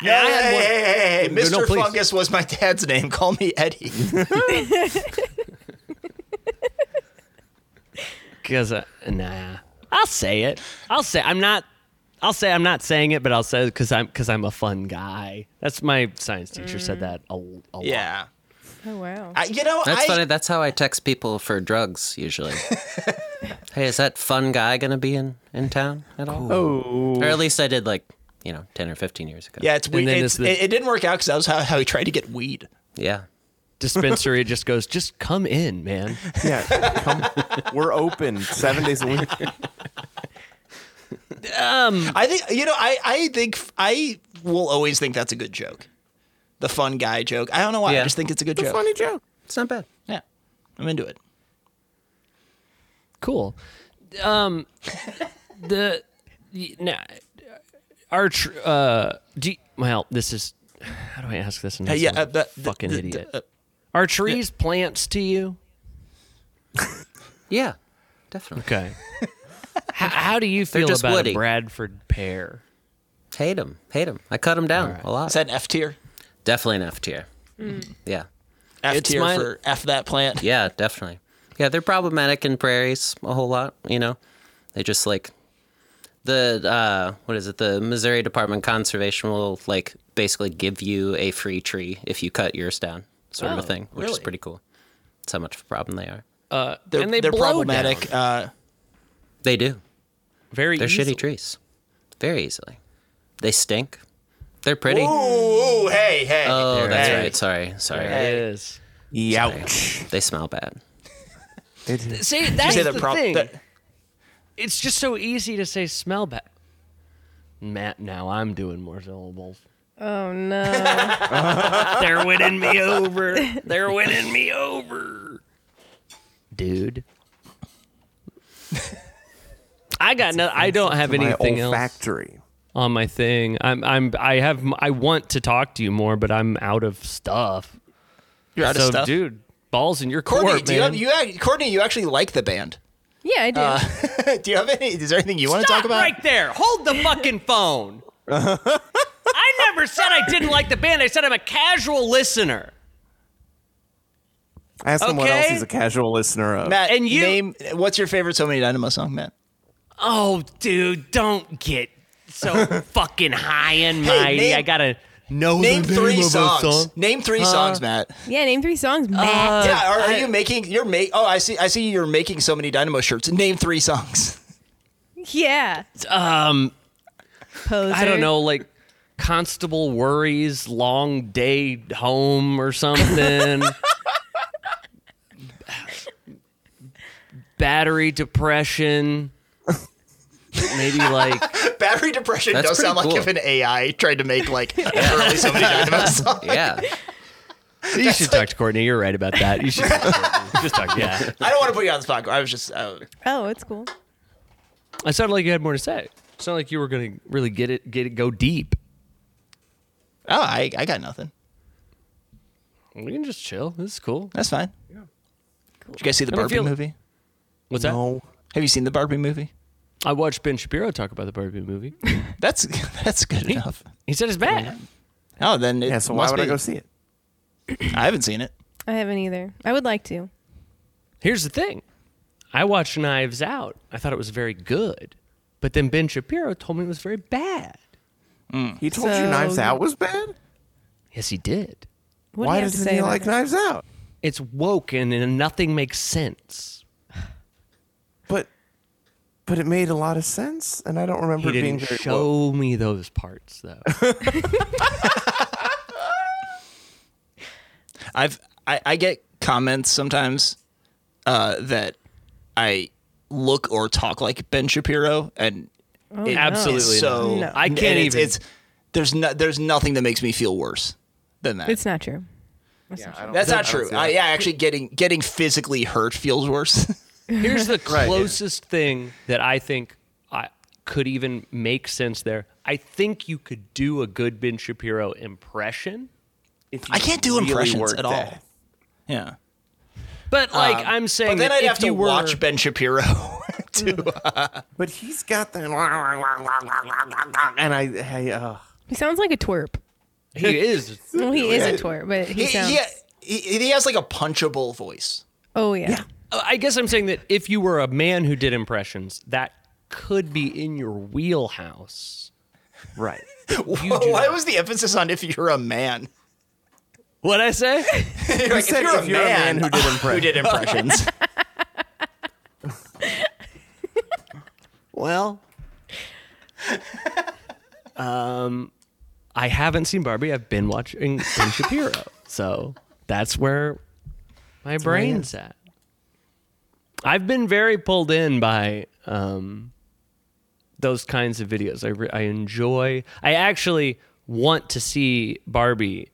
had hey, one- hey, hey, hey, No, no, Mr. please. Fungus was my dad's name. Call me Eddie. Cause uh, nah, I'll say it. I'll say I'm not. I'll say I'm not saying it, but I'll say it because I'm because I'm a fun guy. That's my science teacher said that a, a lot. yeah. Oh wow. I, you know, That's I, funny. That's how I text people for drugs usually. hey, is that fun guy gonna be in in town at all? Oh. Or at least I did like you know ten or fifteen years ago. yeah, it's weird. then It's, it's the- it, it didn't work out because that was how, how he tried to get weed. Yeah. Dispensary just goes, just come in, man. Yeah, come, we're open seven days a week. I think you know. I I think I will always think that's a good joke, the fun guy joke. I don't know why. I Yeah. just think it's a good joke. Funny joke. It's not bad. yeah, I'm into it. Cool. Um, the y- nah, our tr- uh, do you- well, this is how do I ask this? And Hey, yeah, yeah, uh, the- the- fucking the- idiot. the- uh, Are trees plants to you? Yeah. Definitely. Okay. <laughs> how, how do you feel just about woody. a Bradford pear? Hate him. Hate him. I cut him down a lot. Is that an F tier? definitely an F tier. Mm. Yeah. F It's tier my- for F that plant. Yeah. Definitely. Yeah. They're problematic in prairies a whole lot. You know, they just like the uh what is it? The Missouri Department of Conservation will like basically give you a free tree if you cut yours down, sort of a Oh, thing, which is really? pretty cool. That's how much of a problem they are. They're, And they are blow problematic. Uh, They do. Very They're easily. shitty trees. Very easily. They stink. They're pretty. ooh, hey, hey. Oh, that's Hey. right. Sorry. Sorry. There It is. Youch. They smell <laughs> bad. See, that's Say the that prob- thing. that- It's just so easy to say smell bad. Matt, now I'm doing more syllables. oh no. <laughs> They're winning me <laughs> over. They're winning me over. Dude. I got no I don't have My anything else olfactory. on my thing. I'm I'm I have m- I want to talk to you more, but I'm out of stuff. you're out so of stuff. dude, balls in your Courtney, court, do you, man. have, you act- Courtney, you actually like the band. Yeah, I do. <laughs> do you have any? Is there anything you want to Stop talk about? right there. Hold the fucking <laughs> phone. I never said I didn't like the band. I said I'm a casual listener. Ask him what else Okay. he's a casual listener of. Matt, And you- name what's your favorite So Many Dynamo song, Matt? <laughs> Oh, dude, don't get so fucking high and mighty. name- I gotta know Name the name three of a songs. song. Name three songs, Matt. Yeah, name three songs, Matt. yeah, are, are you making? You're make. Oh, I see. I see. You're making so many Dynamo shirts. Name three songs. <laughs> yeah. Um, Poser. I don't know, like Constable Worries, Long Day Home or something. Battery depression. Maybe like Battery depression That's does sound pretty like cool. if an AI tried to make <laughs> like literally so many <laughs> Dynamo songs. Yeah. <laughs> you should talk to Courtney. You're right about that. You should talk to Courtney. just talk. Yeah, I don't want to put you on the spot. I was just. Uh, Oh, it's cool. it sounded like you had more to say. It sounded like you were gonna really get it, get it, go deep. oh, I, I got nothing. We can just chill. This is cool. That's fine. Did you guys see the I don't Barbie feel- movie? What's No. Have you seen the Barbie movie? that? I watched Ben Shapiro talk about the Barbie movie. That's <laughs> that's good enough. He said it's bad. Oh, then it Yeah, so why must would I be. go see it? I haven't seen it. I haven't either. I would like to. Here's the thing. I watched Knives Out. I thought it was very good. But then Ben Shapiro told me it was very bad. He told So- you Knives Out was bad. Yes, he did. What Why do you have to doesn't say he about like it? Knives Out? It's woken and nothing makes sense. But but it made a lot of sense, and I don't remember He it being didn't very show woke. me those parts <laughs> though. I've I, I get comments sometimes uh, that I look or talk like Ben Shapiro, and it- Absolutely it's not. so No. I can't and it's, even- It's there's no, there's nothing that makes me feel worse than that. It's not true. Yeah, I don't- That's I not don't true. see that. I, yeah, actually, getting getting physically hurt feels worse. <laughs> Here's the closest thing that I think I could even make sense there. I think you could do a good Ben Shapiro impression. If I can't do really impressions worked at all. at it. yeah, But like Um, I'm saying but then that I'd if have to you were <laughs> watch Ben Shapiro. <laughs> But he's got the and I hey uh, He sounds like a twerp. he is Well, he is a twerp, but he he, sounds. he, he, he has like a punchable voice. Oh yeah. I guess I'm saying that if you were a man who did impressions, that could be in your wheelhouse. right. do Why was the emphasis on if you're a man? What I say? You're like, said if you're, if a, you're a man, man who did who did impressions. well, I haven't seen Barbie. I've been watching <laughs> Ben Shapiro, so that's where my brain's at. I've been very pulled in by um, those kinds of videos. I re- I enjoy. I actually want to see Barbie.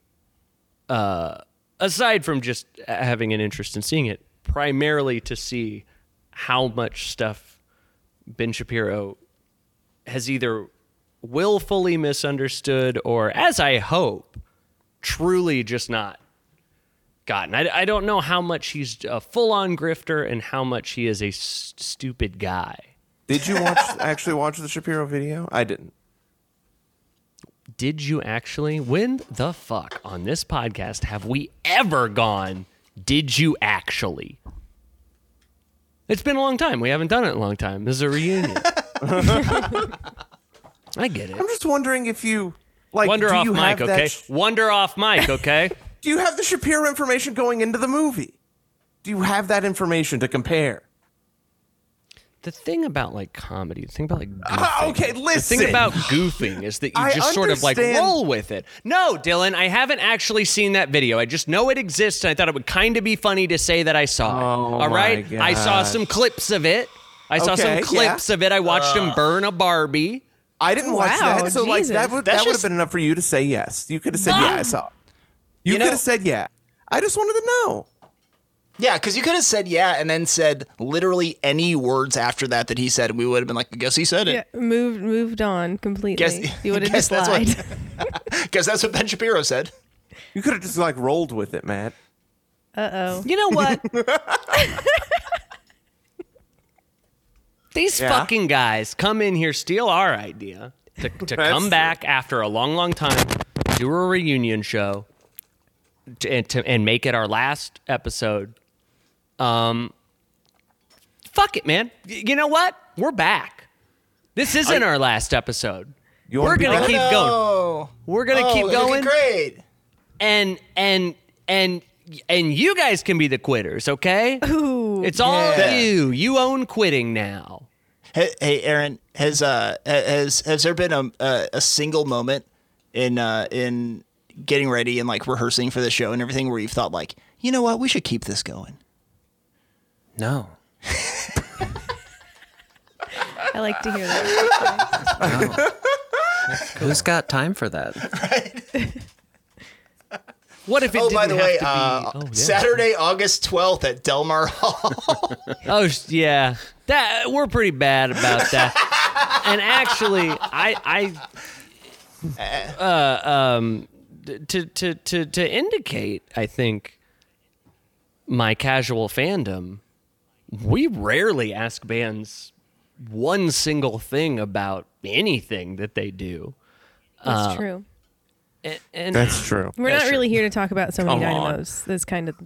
Uh, aside from just having an interest in seeing it, primarily to see how much stuff Ben Shapiro has either willfully misunderstood or, as I hope, truly just not gotten. I, I don't know how much he's a full on grifter and how much he is a s- stupid guy. Did you watch actually watch the Shapiro video? I didn't. Did you actually? When the fuck on this podcast have we ever gone? Did you actually? It's been a long time. We haven't done it in a long time. This is a <laughs> reunion. I get it. I'm just wondering if you like Wander do off you mic, have that okay? sh- Wander off mic, okay? do you have the Shapiro information going into the movie? Do you have that information to compare? the thing about like comedy, the thing about like goofing, Ah, okay, the listen. thing <laughs> about goofing is that you I just sort of like understand- roll with it. No, Dylan, I haven't actually seen that video. I just know it exists, and I thought it would kind of be funny to say that I saw it. Oh, All my right, I saw gosh. some clips of it. I saw Okay, some clips yeah. of it. I watched him burn a Barbie. I didn't watch Wow, that, so like Jesus. that would That's that would have just- been enough for you to say yes. You could have said yeah, I saw. it." You, You know- could have said yeah. I just wanted to know. <laughs> yeah, because you could have said yeah and then said literally any words after that that he said, and we would have been like, I guess he said Yeah, it. moved moved on completely. Guess- you would have <laughs> guess just that's what- lied. <laughs> Because that's what Ben Shapiro said. You could have just like rolled with it, man. Uh oh. You know what? These Yeah. fucking guys come in here, steal our idea <laughs> to, to come true. back after a long, long time, do a reunion show, to, and, to, and make it our last episode. Um, fuck it, man. Y- you know what? We're back. This isn't our last episode. You We're wanna be gonna better? keep going, Oh, We're gonna oh, keep looking going. Great. and and and and you guys can be the quitters, okay? Ooh. It's all Yeah. you. You own quitting now. Hey, hey, Aaron, has uh ha- has has there been a a, a single moment in uh in getting ready and like rehearsing for the show and everything where you've thought like, you know what, we should keep this going? No. I like to hear that. Who's got time for that? What if it Oh, didn't by the have way, to be? uh, oh, yeah. Saturday, August twelfth at Delmar Hall. Oh sh- yeah, that we're pretty bad about that. <laughs> and actually, I Eh. I uh, um d- to to to to indicate, I think my casual fandom, we rarely ask bands one single thing about anything that they do. That's true. A- And That's true. We're not really here to talk about so many Come on. dynamos. That's kind of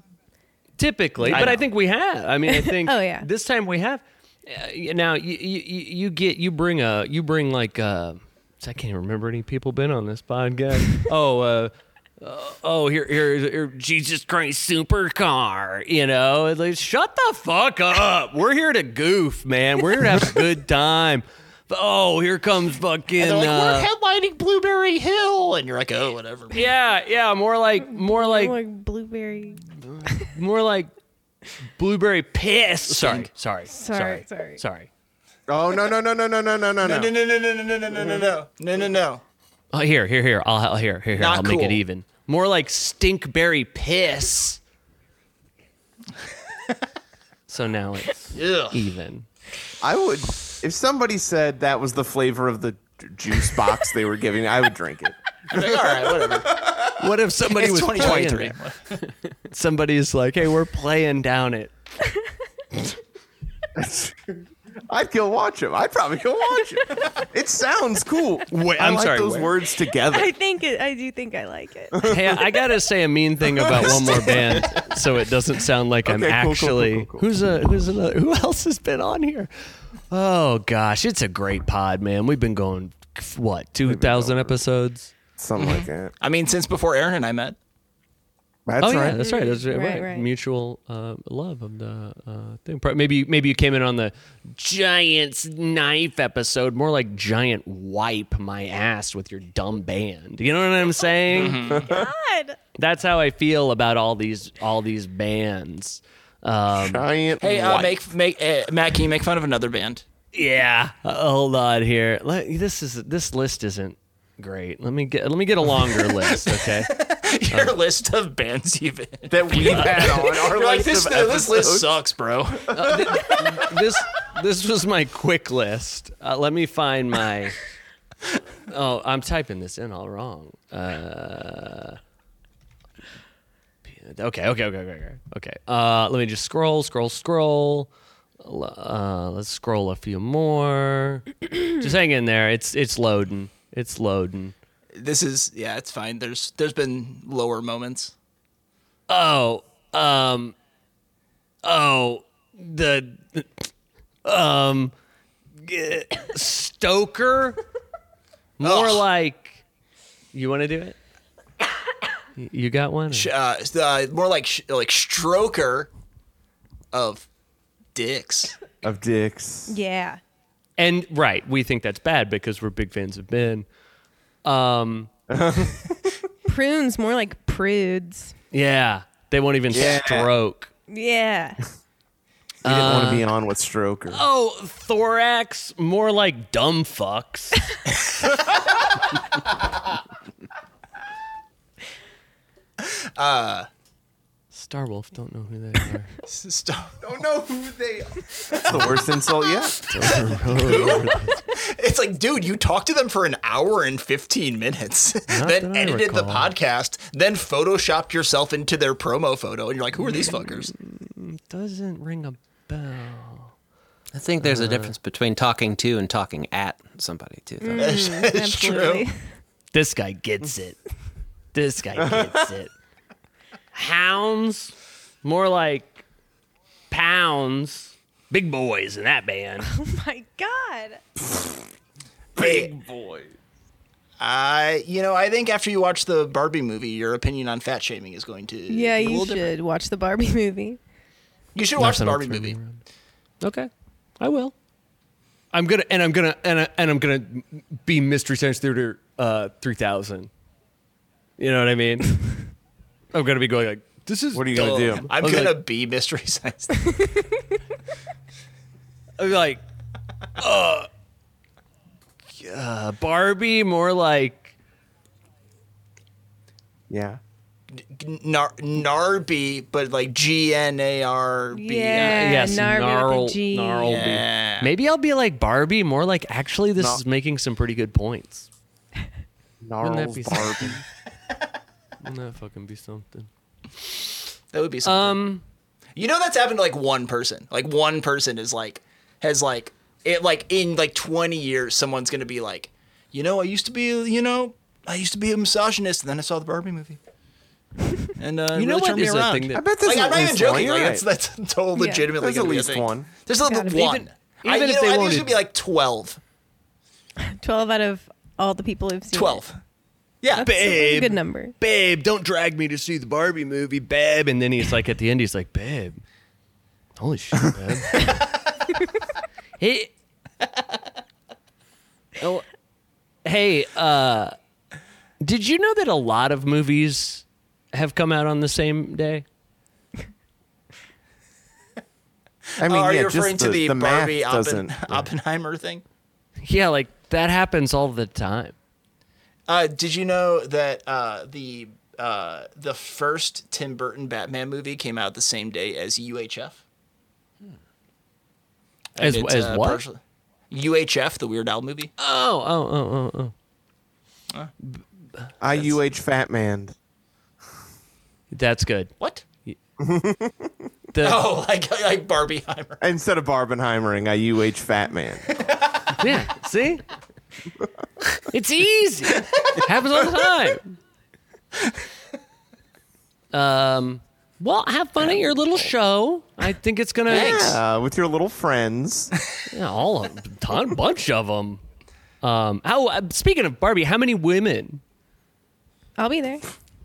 typically, but I know. think we have. I mean, <laughs> I think. Oh, yeah. This time we have. Uh, y- now you, you you you get you bring a you bring like uh I can't even remember any people been on this <laughs> podcast. oh. uh Oh, here, here, here, Jesus Christ, supercar! You know, it's like, shut the fuck up. We're here to goof, man. We're here to have a <laughs> good time. Oh, here comes fucking. They're like, uh, we're headlining Blueberry Hill, and you're like, oh, whatever. Oh, yeah, yeah, more like, <laughs> more like, like blueberry. more like blueberry piss. Sorry, sorry, Sorry, sorry, sorry. sorry. Oh no no no no no no no no No, no. <laughs> no, no, no, no, no, no, no, no, no, no, no, no. Oh, here, here, here. I'll I'll- here, here, here. Not I'll make cool. it even. More like stinkberry <laughs> piss. so now it's Ugh. even. I would if somebody said that was the flavor of the j- juice box they were giving, I would drink it. I'm like, All right, whatever. What if somebody It's was 2023. playing? <laughs> Somebody's like, "Hey, we're playing down it." I'd go watch him. I'd probably go watch him. It sounds cool. Wait, I I'm like sorry, those wait. words together. I think it, I do think I like it. Hey, I gotta say a mean thing about one more band, so it doesn't sound like I'm Okay, cool, cool, actually. cool, cool, cool. Who's a who's another? Who else has been on here? Oh gosh, it's a great pod, man. We've been going what two thousand episodes? Something like that. I mean, since before Aaron and I met. That's oh yeah, right. that's right. That's right. Right, right. right. Mutual uh, love of the uh, thing. Pro- Maybe maybe you came in on the Giants knife episode, more like giant wipe my ass with your dumb band. You know what I'm saying? Mm-hmm. God. That's how I feel about all these all these bands. Um, Giant. Hey, uh, white. make make uh, Matt, can you make fun of another band? yeah, Uh, hold on here. Let, this is this list isn't great. Let me get let me get a longer list. Okay. <laughs> Your list of bands you've been. that we've had <laughs> on our You're list like this, of this list episodes." sucks, bro. this this was my quick list. Uh, let me find my. Oh, I'm typing this in all wrong. Uh, okay, okay, okay, okay, okay. Okay. Uh, let me just scroll, scroll, scroll. Uh, let's scroll a few more. just hang in there. It's it's loading. It's loading. <laughs> this is yeah, it's fine. There's there's been lower moments. Oh, um, oh, the, um, g- Stoker. More Ugh. like, you want to do it? Y- You got one? or- Uh, uh, more like sh- like stroker of <laughs> dicks. of dicks. Yeah. And right, we think that's bad because we're big fans of Ben. Prunes, more like prudes. Yeah, they won't even Yeah. stroke. Yeah. You didn't want Uh, to be on with Stroker. Oh, thorax, more like dumb fucks. <laughs> Starwolf, Uh, don't know who they are. Star- don't know who they are. That's the worst insult yet. It's like, dude, you talked to them for an hour and 15 minutes, that then I edited the recall. podcast, then photoshopped yourself into their promo photo, and you're like, who are these fuckers? Doesn't ring a bell. I think there's a difference between talking to and talking at somebody too. though. <laughs> it's Absolutely. This guy gets it. This guy gets it. Hounds, more like pounds. Big boys in that band. Oh my God. Big boy. I, you know, I think after you watch the Barbie movie, your opinion on fat shaming is going to Yeah, be you a little should different. watch the Barbie <laughs> movie. You should watch the Nothing Barbie for me, movie. Ron. Okay, I will. I'm gonna and I'm gonna and, I, and I'm gonna be Mystery Science Theater uh, 3000. You know what I <laughs> mean? I'm gonna be going like, this is What are you gonna do? I'm I was gonna like- be Mystery Science. I'd be like, uh, uh, Barbie, more like Yeah. Nar- Narby, but like G N A R B. Yeah, yes, Narby with a gnarl, G. gnarlby. Yeah. Maybe I'll be like Barbie, more like actually. This No. is making some pretty good points. Wouldn't that Gnarls be Barbie. Wouldn't that fucking be something? That would be something. Um, You know that's happened to like one person. Like one person is like has like it like in like 20 years someone's going to be like, "You know, I used to be, you know, I used to be a misogynist and then I saw the Barbie movie." And uh, you know really what turned me is a around. thing I that bet there's like at I'm not even least one, joking. you're Like right. that's that's <laughs> totally Yeah. legitimately There's at gonna be a least thing. one. There's at Gotta least be. one. Even- I, even if you know, they I think wanted- it's gonna be like 12. Twelve out of all the people who've seen. it. 12. Yeah. That's a really Babe. good number. babe, don't drag me to see the Barbie movie, babe. And then he's like, at the end, he's like, babe, holy shit, babe. <laughs> hey, oh, hey, uh, did you know that a lot of movies have come out on the same day? I mean, Are yeah, you just referring to the, the, math Barbie Oppen- doesn't. Oppenheimer thing? Yeah, like that happens all the time. Uh, did you know that uh, the uh, the first Tim Burton Batman movie came out the same day as UHF? As, It's, as uh, what? partially- UHF, the Weird Al movie. Oh, oh, oh, oh, oh. IUH Fat Man. That's good. What? <laughs> The, Oh, like <laughs> like Barbieheimer. Instead of Barbenheimering, IUH Fat <laughs> Man. Yeah, see? It's easy. happens all the time. Um, well, have fun at your little show. I think it's going to Yeah, Uh, with your little friends. yeah, all a ton, bunch of them. Um, how, uh, speaking of Barbie, how many women I'll be there.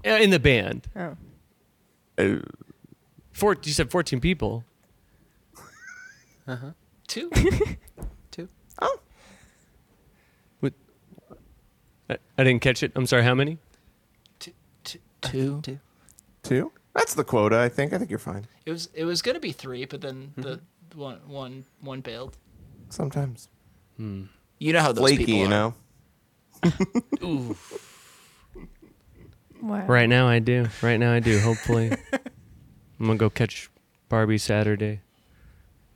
uh, in the band? Uh, Oh, Four, you said 14 <laughs> people. Uh-huh. Two. Two. Oh, With, I, I didn't catch it. I'm sorry, how many? two, two, two. Two. two? That's the quota, I think. I think you're fine. Mm-hmm. It was it was gonna be three, but then the one one one bailed. Sometimes. You know how those Flaky, people are. you know? wow. Right now I do. Right now I do. Hopefully, I'm gonna go catch Barbie Saturday.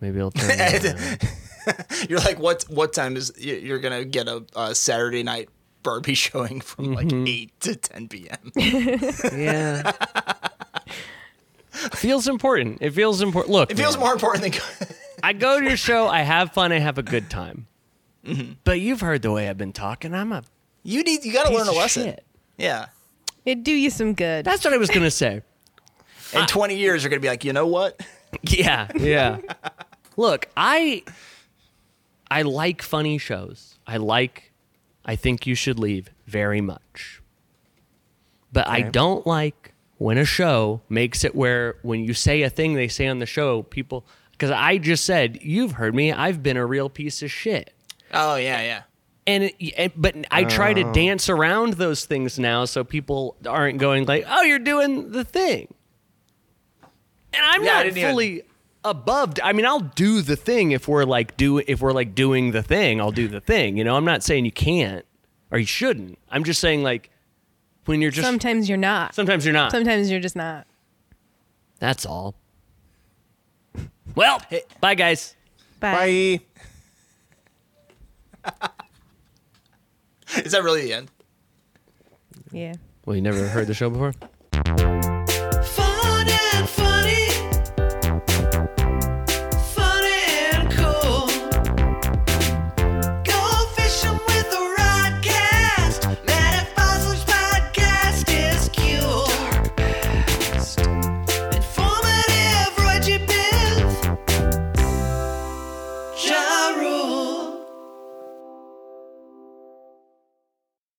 Maybe I'll turn. it around. You're like, what what time is you- you're gonna get a, a Saturday night Barbie <laughs> showing from like Mm-hmm. eight to ten <laughs> p.m. yeah. feels important. It feels important. Look, It feels man, more important than. I go to your show. I have fun. I have a good time. Mm-hmm. But you've heard the way I've been talking. I'm a <laughs> You need you got to piece learn a of lesson. shit. Yeah. It'd do you some good. That's what I was gonna say. <laughs> In 20 years, you're gonna be like, you know what? Yeah, yeah. Look, I I like funny shows. I like I think you should leave very much. But I don't like when a show makes it where when you say a thing they say on the show, people because I just said, you've heard me, I've been a real piece of shit Oh yeah, yeah. and, it, and but I try to dance around those things now, so people aren't going like, "Oh, you're doing the thing," and I'm Yeah, I not didn't even- fully above. I mean, I'll do the thing if we're like do if we're like doing the thing, I'll do the thing. You know, I'm not saying you can't or you shouldn't. I'm just saying like when you're just sometimes, Sometimes you're not. you're not. Sometimes you're just not. That's all. <laughs> Well, bye guys. Bye. Bye. Is that really the end? Yeah. Well, you never heard the show before. Fun and funny.